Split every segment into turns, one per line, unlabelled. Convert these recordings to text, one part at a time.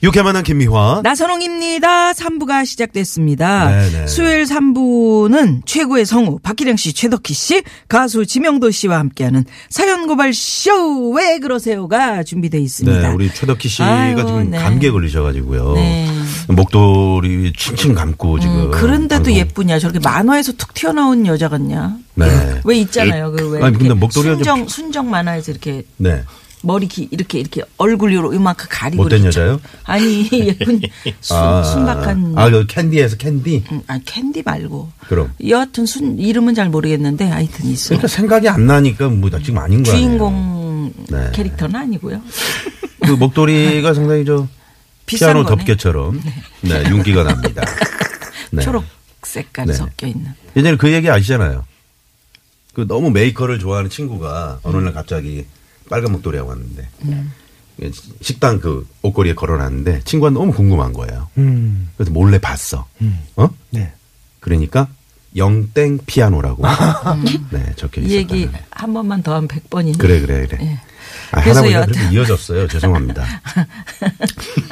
유쾌 만한 김미화.
나선홍입니다. 3부가 시작됐습니다.
네네.
수요일 3부는 최고의 성우 박기량 씨, 최덕희 씨, 가수 지명도 씨와 함께하는 사연 고발 쇼! 왜 그러세요가 준비되어
네,
있습니다.
우리 최덕희 씨가
아이고,
지금
네.
감기에 걸리셔가지고요.
네. 음,
목도리 칭칭 감고 지금.
그런데도
방송.
예쁘냐? 저렇게 만화에서 툭 튀어나온 여자 같냐?
네.
왜 있잖아요. 그 왜.
아니, 근데
이렇게
목도리가 좀-
순정, 순정 만화에서 이렇게
네.
머리 기, 이렇게 이렇게 얼굴 위로 이만큼 가리고
못된
이렇게
여자요?
참- 아니 예쁜 순, 순박한
아, 그 캔디에서 캔디.
음, 아니 캔디 말고.
그럼.
여하튼 순 이름은 잘 모르겠는데 하여튼 있어.
그러니까 생각이 안 나니까 뭐나 지금 아닌 거예요.
주인공
네.
캐릭터는 아니고요.
그 목도리가 상당히 저
비싼
피아노
거네.
덮개처럼 네. 윤기가 납니다. 네.
초록색깔
네.
섞여 있는.
예전에 그 얘기 아시잖아요. 그 너무 메이커를 좋아하는 친구가 어느
음.
날 갑자기 빨간 목도리하고 왔는데 식당 그 옷걸이에 걸어놨는데 친구가 너무 궁금한 거예요. 그래서 몰래 봤어. 어?
음. 네.
그러니까 영땡 피아노라고
음.
네 적혀
이 얘기
있었다.
한 번만 더 하면 100번이네.
그래 그래 그래.
예.
아,
그래서
하나보다
여하튼.
그렇게 이어졌어요. 죄송합니다.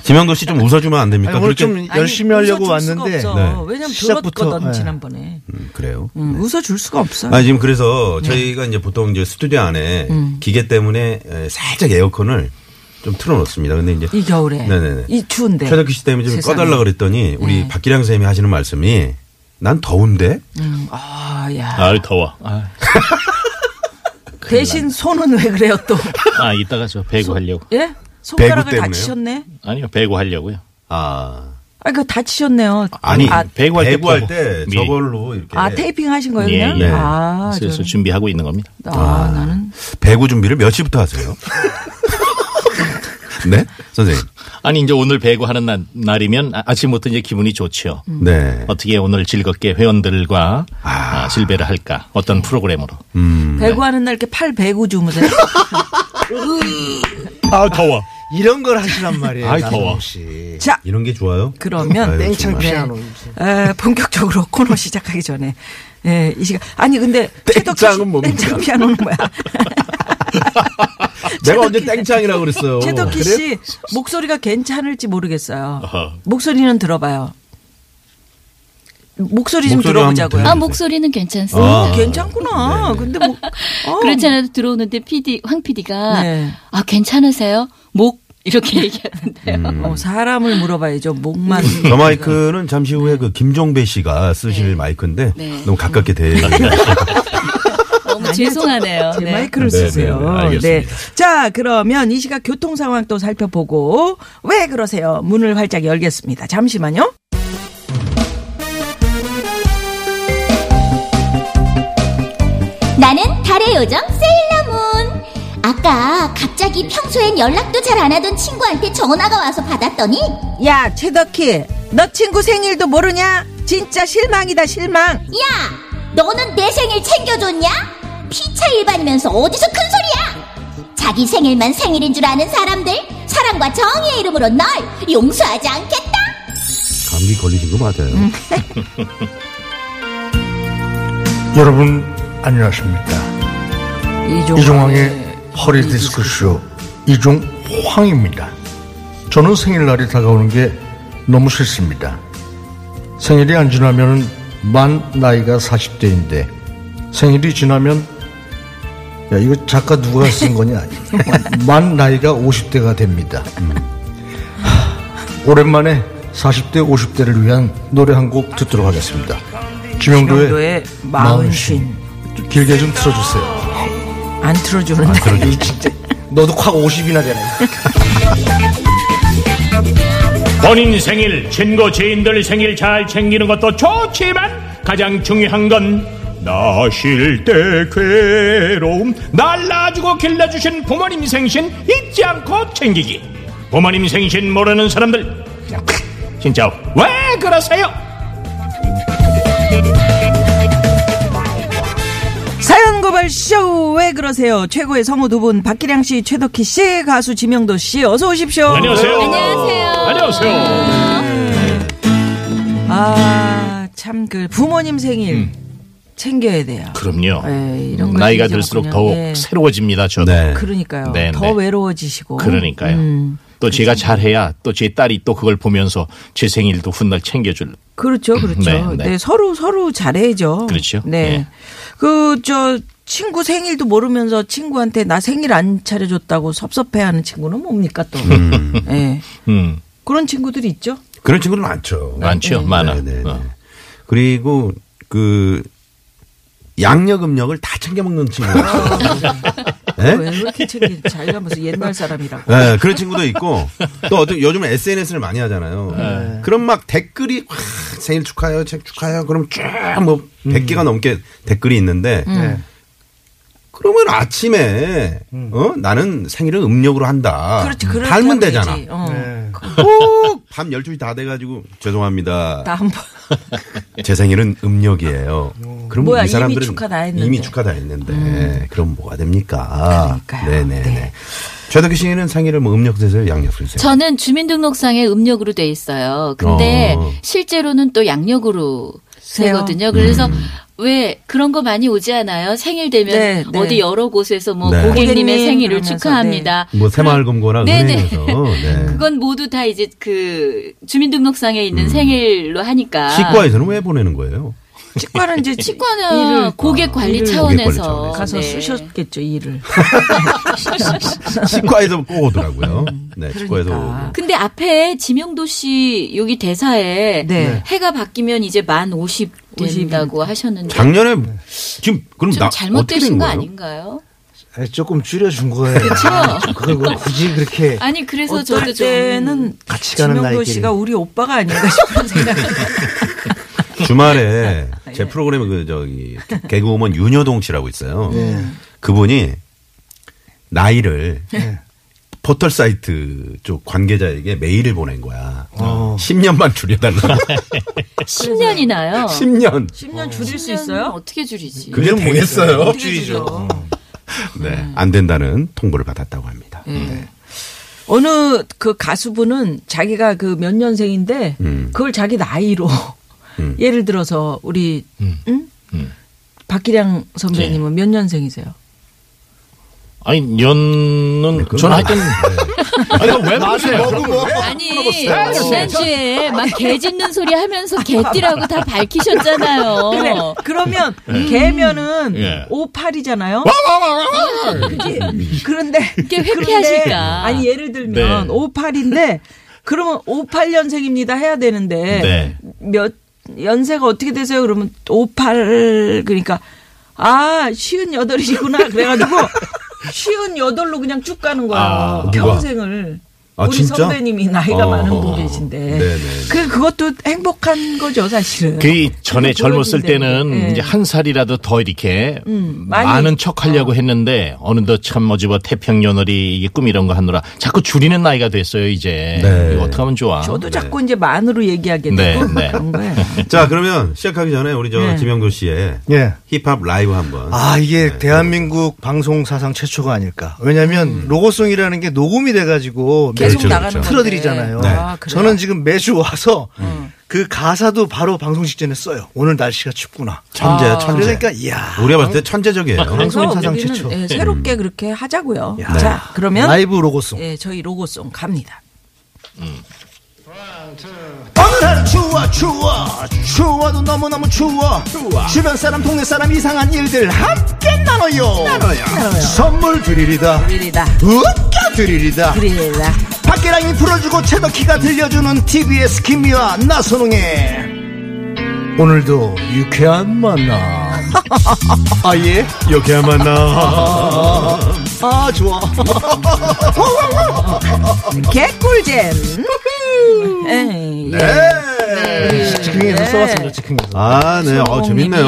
지명도 씨 좀 웃어주면 안 됩니까?
아니, 오늘
그렇게-
좀 열심히 하려고 왔는데
네.
왜냐면
시작부터,
들었거든
네.
지난번에.
음, 그래요.
음, 웃어줄 수가 없어요. 네.
아 지금 그래서 저희가 이제 보통 이제 스튜디오 안에
음.
기계 때문에 에, 살짝 에어컨을 좀 틀어놓습니다. 근데 이제
이 겨울에
네네네.
이 추운데
최덕희 씨 때문에 좀
세상에.
꺼달라 그랬더니 우리
네.
박기량 쌤이 하시는 말씀이 난 더운데
음, 아, 야.
아이 더워. 아,
대신 손은 왜 그래요 또?
아, 이따가 저 배구 하려고.
예? 손가락을
때문에요?
다치셨네?
아니요, 배구 하려고요.
아
아, 그 다치셨네요.
아니 네.
아,
배구할 때
배구할
포-
때
미리.
저걸로 이렇게
아, 테이핑 하신 거예요,
예,
그냥?
예.
아,
네.
그래서
저-
준비하고 있는 겁니다.
아, 나는
배구 준비를 몇 시부터 하세요? 네 선생님
아니 이제 오늘 배구 하는 날, 날이면 아- 아침부터 이제 기분이 좋죠.
아,
네
어떻게 오늘 즐겁게 회원들과 아, 실배를 할까? 어떤 프로그램으로?
배구하는 날 이렇게 팔 배구 주무세요.
아 더워.
이런 걸 하시란 말이에요.
아이,
나선홍
더워.
씨.
자,
이런 게 좋아요?
그러면 네.
아유,
땡창
정말.
피아노.
에, 본격적으로 코너 시작하기 전에 예, 이 시간 아니 근데 최덕희
땡짱은
씨-
뭡니까?
땡짱 피아노는 뭐야?
내가 언제 땡창이라고 그랬어요?
최덕희 씨 목소리가 괜찮을지 모르겠어요.
어허.
목소리는 들어봐요. 목소리 좀
목소리로 한번
들어보자고요. 어,
들려.
아, 목소리는 괜찮습니다.
아, 네.
괜찮구나. 근데 뭐 어,
그렇지 않아도 들어오는데 PD, 황 PD가
네.
아, 괜찮으세요? 목 이렇게 얘기하는데요.
어, 사람을 물어봐야죠. 목만
저 마이크는 잠시 후에 그 김종배 씨가 쓰실 마이크인데
네.
너무 가깝게
음.
대.
어,
너무 죄송하네요.
제
네.
마이크를
네,
쓰세요.
네, 네, 알겠습니다.
자, 그러면 이 시각 교통 상황 또 살펴보고 왜 그러세요? 문을 활짝 열겠습니다. 잠시만요.
나는 달의 요정 세일러문. 아까 갑자기 평소엔 연락도 잘 안 하던 친구한테 전화가 와서 받았더니
야, 최덕희, 너 친구 생일도 모르냐? 진짜 실망이다, 실망.
야 너는 내 생일 챙겨줬냐? 피차 일반이면서 어디서 큰 소리야? 자기 생일만 생일인 줄 아는 사람들 사랑과 정의의 이름으로 널 용서하지 않겠다.
감기 걸리신 거 맞아요.
음.
여러분 안녕하십니까 이종황의 허리 디스크쇼 이종황입니다 저는 생일날이 다가오는 게 너무 싫습니다 생일이 안 지나면 만 나이가 40대인데 생일이 지나면 야 이거 작가 누가 쓴 거냐 만 나이가 50대가 됩니다 하, 오랜만에 40대 50대를 위한 노래 한 곡 듣도록 하겠습니다 아,
지명도의
지명도의
마흔쉰.
마흔쉰 길게 좀 틀어주세요
안
아,
틀어주는데.
그러게 진짜 너도 확 50이나 되네
본인 생일, 친구, 지인들 생일 잘 챙기는 것도 좋지만 가장 중요한 건 나실 때 괴로움 날 낳아주고 길러주신 부모님 생신 잊지 않고 챙기기 부모님 생신 모르는 사람들 그냥 진짜 왜 그러세요?
사연 고발 쇼! 왜 그러세요? 최고의 성우 두 분, 박기량 씨, 최덕희 씨, 가수 지명도 씨, 어서 네. 오십시오.
안녕하세요.
안녕하세요.
안녕하세요.
아, 참, 그, 부모님 생일 챙겨야 돼요.
그럼요.
네, 에이, 이런 거
나이가
챙기지
들수록
않군요.
더욱
예.
새로워집니다. 저도.
네.
그러니까요.
네,
더
네.
외로워지시고.
그러니까요.
음,
또 제가 잘해야 또 제 딸이 또 그걸 보면서 제 생일도 훗날 챙겨줄.
그렇죠, 그렇죠.
네,
네,
네.
서로, 서로 잘해야죠.
그렇죠.
네.
예.
그, 저, 친구 생일도 모르면서 친구한테 나 생일 안 차려줬다고 섭섭해하는 친구는 뭡니까 또. 예.
음,
그런 친구들이 있죠.
그런 친구들 많죠.
많죠, 많아.
네. 네네.
어.
그리고 그 양력 음력을 다 챙겨 먹는 친구.
아. 왜 이렇게 챙기 자기가 무슨 옛날 사람이라고.
네, 그런 친구도 있고 또 어떤 요즘 은 SNS를 많이 하잖아요.
네.
그럼 막 댓글이 확 생일 축하해요, 책 축하해요. 그럼 쭉뭐
음.
100개가 넘게 댓글이 있는데
네.
그러면 아침에 어 나는 생일을 음력으로 한다.
음. 그렇지, 그렇게
아, 닮은
하면
되잖아.
되지. 어.
꼭밤 12시 다 돼가지고 죄송합니다.
나 한번
제 생일은 음력이에요. 그럼
뭐야,
이
이미
사람들은
축하 다 했는데. 음.
이미 축하 다 했는데 그럼 뭐가 됩니까?
그러니까요.
네네.
네.
네. 최덕기 씨는 생일을 뭐 음력 되세요, 양력 되세요?
저는 주민등록상에 음력으로 돼 있어요. 근데
어.
실제로는 또 양력으로
세요?
되거든요. 그래서 왜 그런 거 많이 오지 않아요? 생일 되면
네, 네.
어디 여러 곳에서 뭐
네.
고객님의
고객님
생일을
그러면서,
축하합니다.
뭐 새마을금고나
그- 네네.
은행에서 네.
그건 모두 다 이제 그 주민등록상에 있는 생일로 하니까
치과에서는 왜 보내는 거예요?
치과는 이제
치과는 고객 관리
일을
차원에서
고객 관리
가서
네.
쓰셨겠죠 일을.
치과에서 꼭 오더라고요. 네, 치과에서
그러니까.
오고.
근데 앞에 지명도 씨 여기 대사에
네.
해가 바뀌면 이제 만 50 된다고 하셨는데
작년에
네.
지금 그럼
좀
나 어떻게 된
잘못되신 거
거예요?
아닌가요?
아니, 조금 줄여준 거예요.
그렇죠.
그걸 뭐 굳이 그렇게
아니 그래서
어떨
저도 좀
때는
같이 가는
지명도
날끼리.
씨가 우리 오빠가 아닌가 싶은 생각이
주말에 제 프로그램에 그 저기 개그우먼 윤여동 씨라고 있어요. 그분이 나이를 포털 사이트 쪽 관계자에게 메일을 보낸 거야. 10년만 줄여달라고.
10년이나요. 음,
10년.
10년 줄일 수 있어요?
어떻게 줄이지?
그게 되겠어요?
줄이죠.
네. 안 된다는 통보를 받았다고 합니다.
어느 그 가수분은 자기가 그 몇 년생인데
음.
그걸 자기 나이로
음.
예를 들어서 우리 응?
음.
예.
박기량 선배님은 몇 년생이세요?
아니 연은
네, 그건 네. 뭐,
저는 하여튼 아니 왜
그런
그러세요?
거.
아니 지난주에 막 개 짖는 소리 하면서 개띠라고 다 밝히셨잖아요.
그래. 그러면
음.
개면은
예.
58이잖아요. 그지?
음.
그런데
이게 회피하실까?
아니 예를 들면
네.
58인데 그러면 58년생입니다 해야
네.
되는데 몇 연세가 어떻게 되세요? 그러면 58 그러니까 아 쉬운 여덟이구나 그래가지고 쉬운 여덟로 그냥 쭉 가는 거야
누가?
아,
평생을.
아,
우리
진짜?
선배님이 나이가
어,
많은
어,
분
어.
계신데
네네.
그 그것도 행복한 거죠 사실은.
그 전에 젊었을
부러진데.
때는
예.
이제 한 살이라도 더 이렇게
많이. 어.
많은 척 하려고 했는데 어느덧 참 어지버 태평연월이 이게 꿈 이런 거 하느라 자꾸 줄이는 나이가 됐어요 이제
네.
이거 어떻게 하면 좋아?
저도 자꾸 이제 만으로 얘기하게 되고
네, 네.
그런 거예요.
자, 그러면 시작하기 전에 우리 저
네.
지명도 씨의
예.
힙합 라이브 한번.
아 이게 대한민국 방송 사상 최초가 아닐까. 왜냐하면 로고송이라는 게 녹음이 돼가지고
음. 계속
그렇죠,
나가는
그렇죠.
건데.
틀어드리잖아요.
아, 그래요?
저는 지금 매주 와서
음.
그 가사도 바로 방송 직전에 써요. 오늘 날씨가 춥구나.
천재야, 천재.
그러니까 이야.
우리가 봤을 때 천재적이에요.
그래서
방송 사상
우리는,
최초.
예, 새롭게 그렇게 하자고요.
야.
자 그러면
라이브 로고송.
예, 저희 로고송 갑니다.
어느 날은 추워 추워 추워도 너무너무 추워, 주변 사람 동네 사람 이상한 일들 함께 나눠요 나눠요, 선물 드리리다
드리다
웃겨 드리리다
드리다
박계랑이 풀어주고 채덕키가 들려주는 TBS 김미와 나선홍의 오늘도 유쾌한 만남 아예
이렇게 만나.
아 좋아
개꿀잼. 에이, 예.
네. 즉흥에서
네.
써왔습니다. 즉흥에서. 아, 네. 어,
예.
재밌네요.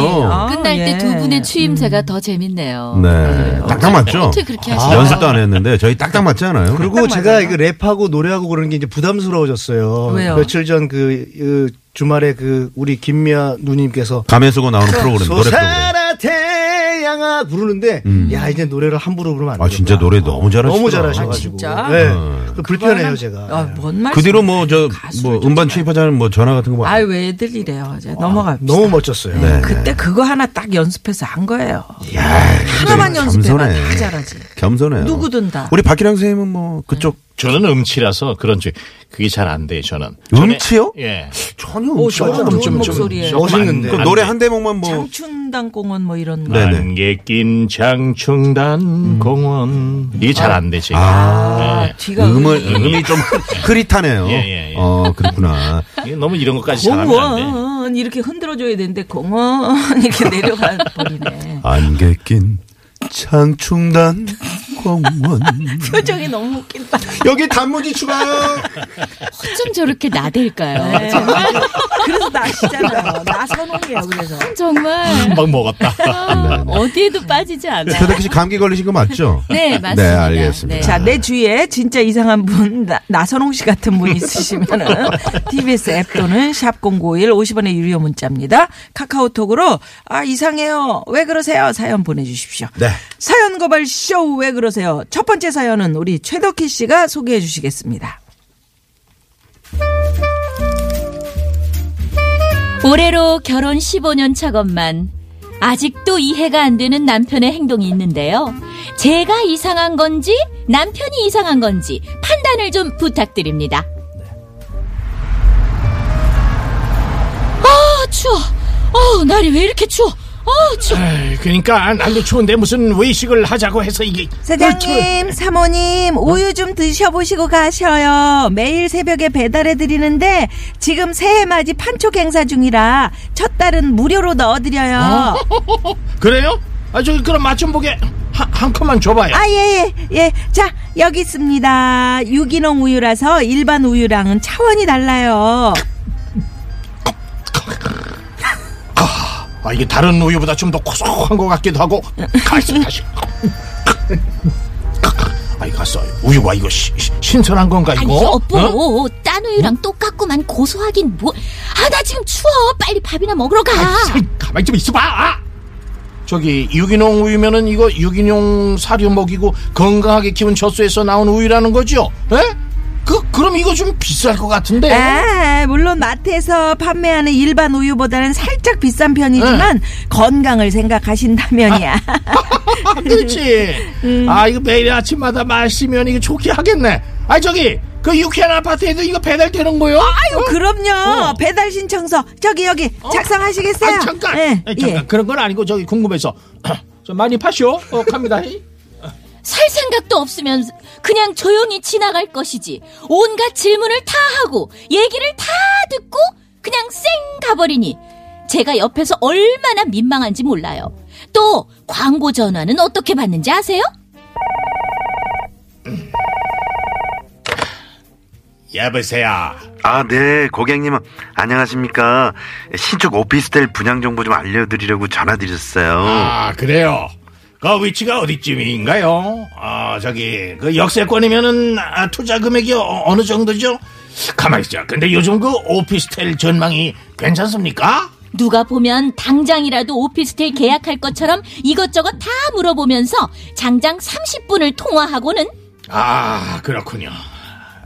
끝날
어,
때 두 분의 추임새가 더
어,
재밌네요.
네. 딱딱 맞죠?
어떻게 그렇게
아,
하시나요?
연습도 안 했는데 저희 딱딱 맞지 않아요?
그리고 제가 이거 랩하고 노래하고 그런 게 이제 부담스러워졌어요.
왜요?
며칠 전 그 주말에 그 우리 김미아 누님께서
감에 쓰고 나오는 프로그램, 노래 프로그램.
소사라 태양아 부르는데 야 이제 노래를 함부로 부르면 안 돼.
아, 진짜 노래 너무 잘하시더라
너무 잘하셔가지고.
아, 진짜?
네.
어.
그 불편해요 제가.
아, 뭔 말?
그 뒤로 뭐 저 뭐 음반 취입하자는 뭐 전화 같은 거 뭐.
아유, 왜 애들 이래요. 이제 넘어갑니다. 예,
너무 멋졌어요.
네.
그때 그거 하나 딱 연습해서 한 거예요.
야,
하나만 연습해봐.
겸손해.
다 잘하지.
겸손해요.
누구든 다.
우리 박기량 선생님은 뭐 그쪽
저는 음치라서 그런지 그게 잘 안 돼요. 저는
음치요?
예.
전혀
오,
음치가
저는
없어요.
좋은 목소리예요.
네.
멋있는데.
그럼 노래 한 대목만 뭐
장춘당공원 뭐 이런 거.
네. 네네.
안개 낀 장충단 공원 이게 잘 안 되지. 네.
아, 뒤가
음을 음이 좀 흐릿하네요.
예, 예, 예.
어 그렇구나.
이게 너무 이런 것까지 잘하면 안 돼.
공원 이렇게 흔들어줘야 되는데 공원 이렇게 내려가 버리네.
안개 낀 창충단 공원
표정이 너무 웃긴다.
여기 단무지 추가요.
어쩜 저렇게 나댈까요?
네, 정말. 그래서 나시잖아요. 나 선홍이에요. 그래서
정말
음, 막 먹었다.
아, 어디에도 빠지지 않아요.
최덕기 씨 감기 걸리신 거 맞죠?
네, 맞습니다.
네 알겠습니다.
네.
자, 내 주위에 진짜 이상한 분, 나, 나선홍 씨 같은 분 있으시면은, TBS 앱 또는 샵0951 50원의 유료 문자입니다. 카카오톡으로, 아, 이상해요. 왜 그러세요? 사연 보내주십시오.
네.
사연 고발 쇼, 왜 그러세요? 첫 번째 사연은 우리 최덕희 씨가 소개해 주시겠습니다.
올해로 결혼 15년 차건만 아직도 이해가 안 되는 남편의 행동이 있는데요. 제가 이상한 건지 남편이 이상한 건지 판단을 좀 부탁드립니다. 아 추워. 어 날이 왜 이렇게 추워? 아 추워.
에이, 그러니까 날도 추운데 무슨 외식을 하자고 해서 이게 어,
사장님, 사모님, 우유 좀 드셔보시고 가셔요. 매일 새벽에 배달해드리는데, 지금 새해 맞이 판촉 행사 중이라, 첫 달은 무료로 넣어드려요.
그래요? 아 저기 그럼 맛 좀 보게 한, 한 컵만 줘봐요.
아, 예, 예, 예. 자, 여기 있습니다. 유기농 우유라서 일반 우유랑은 차원이 달라요.
아, 이게 다른 우유보다 좀 더 고소한 것 같기도 하고 가시 다시. 아 이거 갔어 우유가 이거 시- 시- 신선한 건가
아니
이거? 어?
여보 딴 우유랑 똑같구만 고소하긴 뭐. 아 나 지금 추워. 빨리 밥이나 먹으러 가.
아이, 가만히 좀 있어봐. 아! 저기 유기농 우유면은 이거 유기농 사료 먹이고 건강하게 키운 젖소에서 나온 우유라는 거죠? 에? 그 그럼 이거 좀 비쌀 것
예?
같은데.
아, 물론 마트에서 판매하는 일반 우유보다는 살짝 비싼 편이지만, 건강을 생각하신다면이야.
그렇지.
음.
아 이거 매일 아침마다 마시면 이거 좋게 하겠네. 아 저기 그 유쾌한 아파트에도 이거 배달되는 거요?
아유, 그럼요.
어.
배달 신청서, 저기, 여기, 작성하시겠어요?
아, 잠깐.
예,
아니, 잠깐
예.
그런 건 아니고 저기 궁금해서 좀 많이 파시오. 어, 갑니다.
살 생각도 없으면 그냥 조용히 지나갈 것이지. 온갖 질문을 다 하고 얘기를 다 듣고 그냥 쌩 가버리니 제가 옆에서 얼마나 민망한지 몰라요. 또 광고 전화는 어떻게 받는지 아세요?
여보세요.
아 네 고객님 안녕하십니까 신축 오피스텔 분양 정보 좀 알려드리려고 전화드렸어요.
아 그래요. 그 위치가 어디쯤인가요? 아 저기 그 역세권이면은 아, 투자 금액이 어, 어느 정도죠? 가만 있자. 근데 요즘 그 오피스텔 전망이 괜찮습니까?
누가 보면 당장이라도 오피스텔 계약할 것처럼 이것저것 다 물어보면서 장장 30분을 통화하고는
아 그렇군요.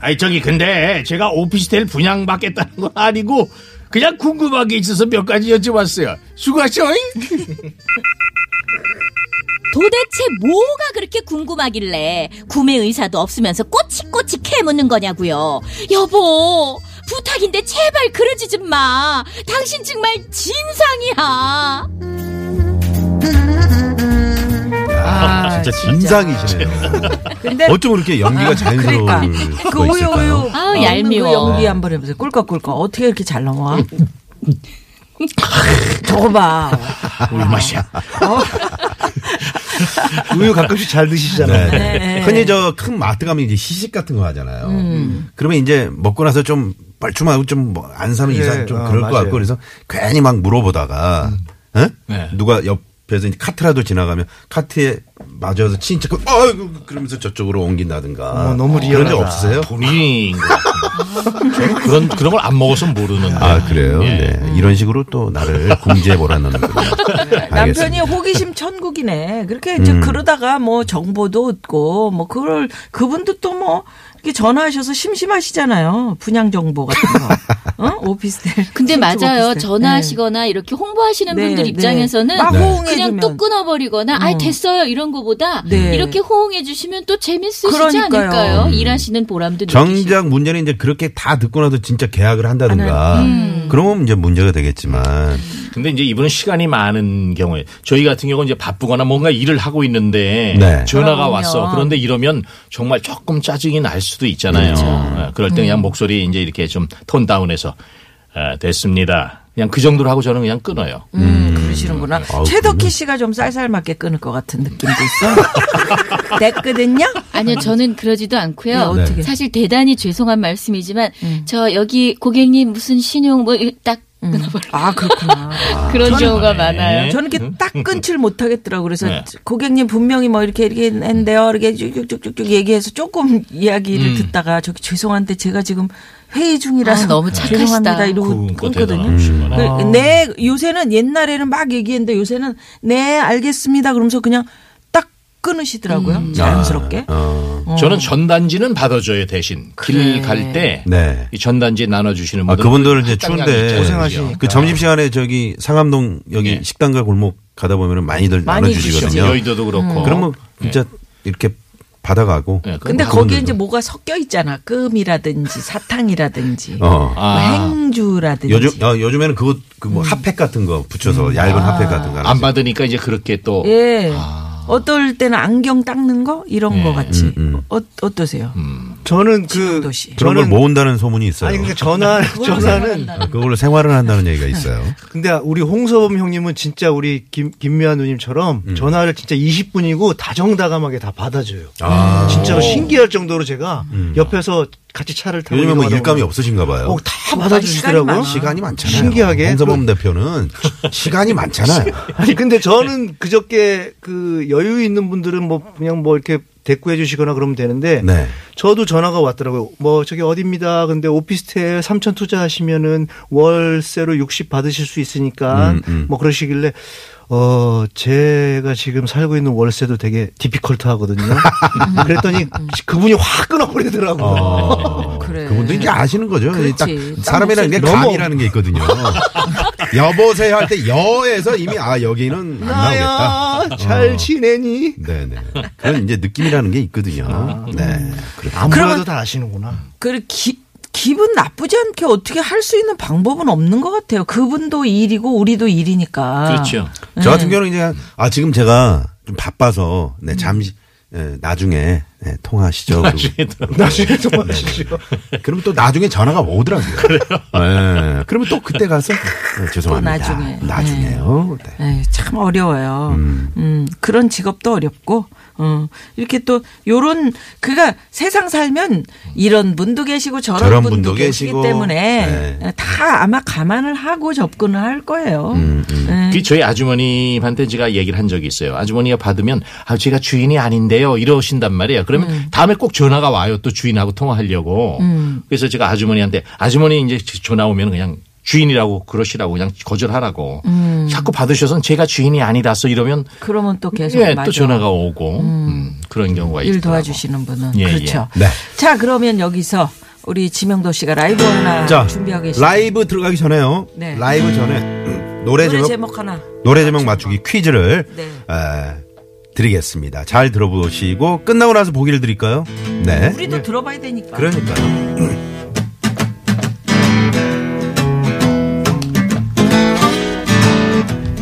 아이 저기 근데 제가 오피스텔 분양 받겠다는 건 아니고 그냥 궁금한 게 있어서 몇 가지 여쭤봤어요. 수고하셔.
도대체 뭐가 그렇게 궁금하길래 구매 의사도 없으면서 꼬치꼬치 캐묻는 거냐고요. 여보, 부탁인데 제발 그러지 좀 마. 당신 정말 진상이야.
아,
진짜 진상이시네요.
근데
어쩜 그렇게 연기가 자연스러울
그러니까 그
수가
우유 우유
있을까요?
아우,
먹는
얄미워.
그 연기 한번 해보세요. 꿀꺽꿀꺽 어떻게 이렇게 잘 나와?
음.
아, 저거 봐.
아,
우유 맛이야.
우유 가끔씩 잘 드시잖아요.
네. 흔히 저 큰 마트 가면 이제 시식 같은 거 하잖아요.
음.
그러면 이제 먹고 나서 좀 뻘쭘하고 좀뭐 안 사면
네.
이상 좀
아,
그럴 것
맞아요. 음.
같고 그래서 괜히 막 물어보다가 어?
네.
누가 옆에서 이제 카트라도 지나가면 카트에 맞아서 진짜 그 어, 그러면서 저쪽으로 옮긴다든가
어머, 너무
그런 적
리얼하다.
없으세요?
음.
본인인 것 같은데. 저는 그런 그런 걸 안 먹어서 모르는데.
아 그래요?
예.
네. 이런 식으로 또 나를 궁지에 몰아넣는군요.
네. 남편이
알겠습니다. 음.
호기심 천국이네. 그렇게 이제 그러다가 뭐 정보도 얻고 뭐 그걸 그분도 또 뭐 이렇게 전화하셔서 심심하시잖아요. 분양 정보 같은 거. 어? 오피스텔.
근데
신축
맞아요.
오피스텔.
전화하시거나 이렇게 홍보하시는
네,
분들
네.
입장에서는
막
그냥
호응해주면.
또 끊어버리거나 아이 됐어요 이런 거보다
네.
이렇게 호응해주시면 또 재밌으시지
그러니까요.
않을까요? 일하시는 보람도 느끼시고.
정작 문제는 이제 그렇게 다 듣고 나서 진짜 계약을 한다든가
음.
그러면 이제 문제가 되겠지만
근데 이제 이분은 시간이 많은 경우에 저희 같은 경우는 이제 바쁘거나 뭔가 일을 하고 있는데
네.
전화가
그러면.
왔어. 그런데 이러면 정말 조금 짜증이 날 수도 있잖아요.
그렇죠.
예, 그럴 때
음.
그냥 목소리 이제 이렇게 좀 톤 다운해서 아, 됐습니다. 그냥 그 정도로 하고 저는 그냥 끊어요.
음, 그러시는구나.
아우,
최덕희
그러네.
씨가 좀 쌀쌀맞게 끊을 것 같은 느낌도 있어. 됐거든요.
아니요, 저는 그러지도 않고요.
네, 어떻게? 음.
사실 대단히 죄송한 말씀이지만 저 여기 고객님 무슨 신용 뭐 딱
아 그렇구나.
그런 경우가
네.
많아요.
저는 이렇게 딱 끊질 못하겠더라고 그래서
네.
고객님 분명히 뭐 이렇게 이렇게 했는데요 이렇게 쭉쭉쭉쭉 얘기해서 조금 이야기를 듣다가 저기 죄송한데 제가 지금 회의 중이라서
아, 너무 착하시다.
죄송합니다 이러고
그거
음.
음.
끊거든요.
대단하시구나.
그, 네 요새는 옛날에는 막 얘기했는데 요새는 네 알겠습니다 그러면서 그냥 딱 끊으시더라고요 자연스럽게.
아, 어,
저는 전단지는 받아줘요 대신 길 갈 때
네.
이 전단지 나눠주시는
아,
분들
그분들은 이제 추운데
고생하시니까.
그 점심 시간에 저기 상암동 여기
예.
식당과 골목 가다 보면은 많이들
많이
나눠주시거든요.
그렇죠.
뭐
여의도도 그렇고
그러면 진짜
예.
이렇게 받아가고.
예, 그럼
근데
다-
거기에
그분들도.
이제 뭐가 섞여 있잖아 끔이라든지 사탕이라든지
어.
뭐
아,
행주라든지. 음.
요즘 어, 요즘에는 그거 그뭐 핫팩 같은 거 붙여서 얇은
아.
핫팩 같은 거.
안 받으니까 이제 그렇게 또
예. 어떨 때는 안경 닦는 거 이런 거 같이
음, 음.
어, 어떠세요?
음,
저는 그
도시. 뭐
그런 걸 모은다는 소문이 있어요.
아니 근데 전화 전화는
아, 그걸로 생활을 한다는 얘기가 있어요.
근데 우리 홍서범 형님은 진짜 우리 김 김미아 누님처럼
음.
전화를 진짜 20분이고 다정다감하게 다 받아줘요.
아. 음.
진짜로 신기할 정도로 제가 옆에서 같이 차를 타고
요즘에 뭐
이동하다
일감이
보면
없으신가 봐요.
어, 다 받아주시더라고요.
시간이 많잖아요.
신기하게. 그
홍서범 대표는 시간이 많잖아요.
아니 근데 저는 그저께 그 여유 있는 분들은 뭐 그냥 뭐 이렇게 대꾸해 주시거나 그러면 되는데
네.
저도 전화가 왔더라고요. 뭐 저기 어딥니다. 근데 오피스텔 3천 투자하시면은 월세로 60 받으실 수 있으니까
음, 음.
뭐 그러시길래 어 제가 지금 살고 있는 월세도 되게 디피컬트 하거든요. 그랬더니 그분이 확 끊어버리더라고요.
어,
그래.
그분도 이제 아시는 거죠.
그렇지.
딱 사람이라는 게
너무-
감이라는 게 있거든요. 여보세요 할 때 여에서 이미 아 여기는 안 나오겠다. 어.
나야 잘 지내니?
네네. 그런 이제 느낌이라는 게 있거든요. 네. 그렇죠.
아무래도 다 아시는구나.
그 기, 기분 나쁘지 않게 어떻게 할 수 있는 방법은 없는 것 같아요. 그분도 일이고 우리도 일이니까.
그렇죠.
저 같은 경우는 이제 아 지금 제가 좀 바빠서 네 잠시 예, 나중에 예, 통화하시죠. 나중에
나중에 통화하시죠.
네. 그럼 또 나중에 전화가 오더라고요. 그래요? 예. 그러면 또 그때 가서 예, 죄송합니다.
또 나중에.
나중에요. 네.
에이, 예, 참 어려워요. 음. 그런 직업도 어렵고, 어, 이렇게 또, 요런, 그가 세상 살면 이런 분도 계시고 저런,
저런
분도,
분도
계시기
계시고.
때문에
네.
다 아마 감안을 하고 접근을 할 거예요.
음,
네.
그 저희 아주머님한테 제가 얘기를 한 적이 있어요. 아주머니가 받으면 아 제가 주인이 아닌데요 이러신단 말이에요. 그러면 다음에 꼭 전화가 와요. 또 주인하고 통화하려고.
음.
그래서 제가 아주머니한테 아주머니 이제 전화 오면 그냥 주인이라고 그러시라고 그냥 거절하라고.
음.
자꾸 받으셔서 제가 주인이 아니다서 이러면
그러면 또 계속
예,
맞아.
또 전화가 오고 음, 그런 경우가
일
있더라고요.
도와주시는 분은
예,
그렇죠.
예. 네.
자 그러면 여기서 우리 지명도 씨가 라이브 하나
자
아, 준비하고 계시죠.
라이브 들어가기 전에요.
네.
라이브 전에 음, 노래
노래
제목
제목 하나.
노래 제목 맞추기 퀴즈를
네.
에, 드리겠습니다. 잘 들어보시고 끝나고 나서 보기를 드릴까요? 네.
우리도 들어봐야 되니까.
그러니까요.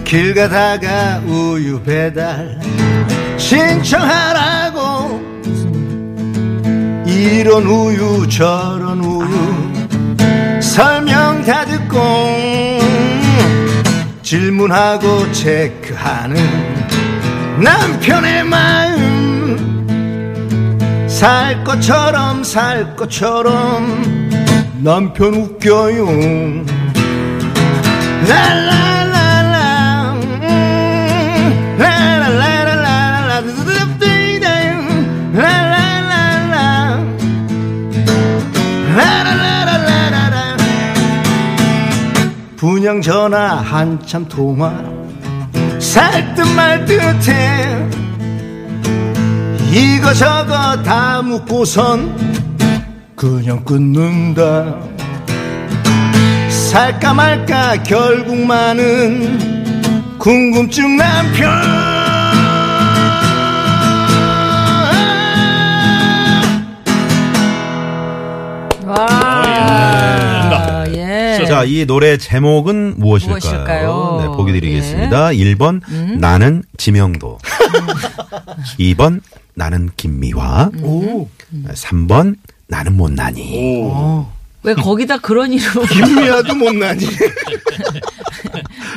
길 가다가 우유 배달 신청하라고 이런 우유 저런 우유 설명 다 듣고 질문하고 체크하는
남편의 마음 살 것처럼 살 것처럼 남편 웃겨요 랄랄랄라 음, 랄랄랄랄라 랄랄랄라 라라라라라라 분양 전화 한참 통화 살듯 말듯해 이거 저거 다 묻고선 그냥 끊는다 살까 말까 결국 많은 궁금증 남편
네.
와. 예.
자, 이 노래 제목은 무엇일까요?
무엇일까요? 예. 음.
네, 보기 드리겠습니다. 1번 나는 지명도. 2번 나는 김미화.
음.
네, 3번 나는 못나니.
왜 거기다 그런 이름?
김미아도 못나니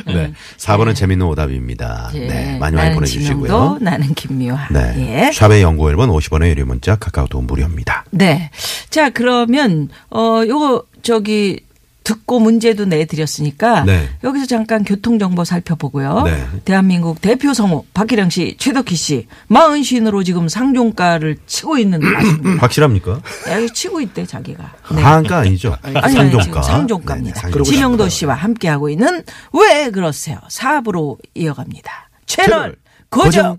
네. 4번은 재밌는 오답입니다.
예.
네, 많이 많이
나는
보내 주시고요.
지명도, 나는 김미화.
네.
예.
샵의 연구 1번 50원의 유료 문자 카카오톡 무료입니다.
네. 자, 그러면, 어, 요거, 저기, 듣고 문제도 내드렸으니까
네.
여기서 잠깐 교통정보 살펴보고요.
네.
대한민국 대표 성우 박기량 씨, 최덕희 씨, 마흔신으로 지금 상종가를 치고 있는 맞습니다.
확실합니까?
야, 이거 치고 있대 자기가. 네.
하한가 아니죠?
아니, 아니, 지금
상종가.
상종가입니다.
네, 상종가.
지명도 씨와 함께하고 있는 왜 그러세요? 사업으로 이어갑니다. 채널
채널 고정.
고정.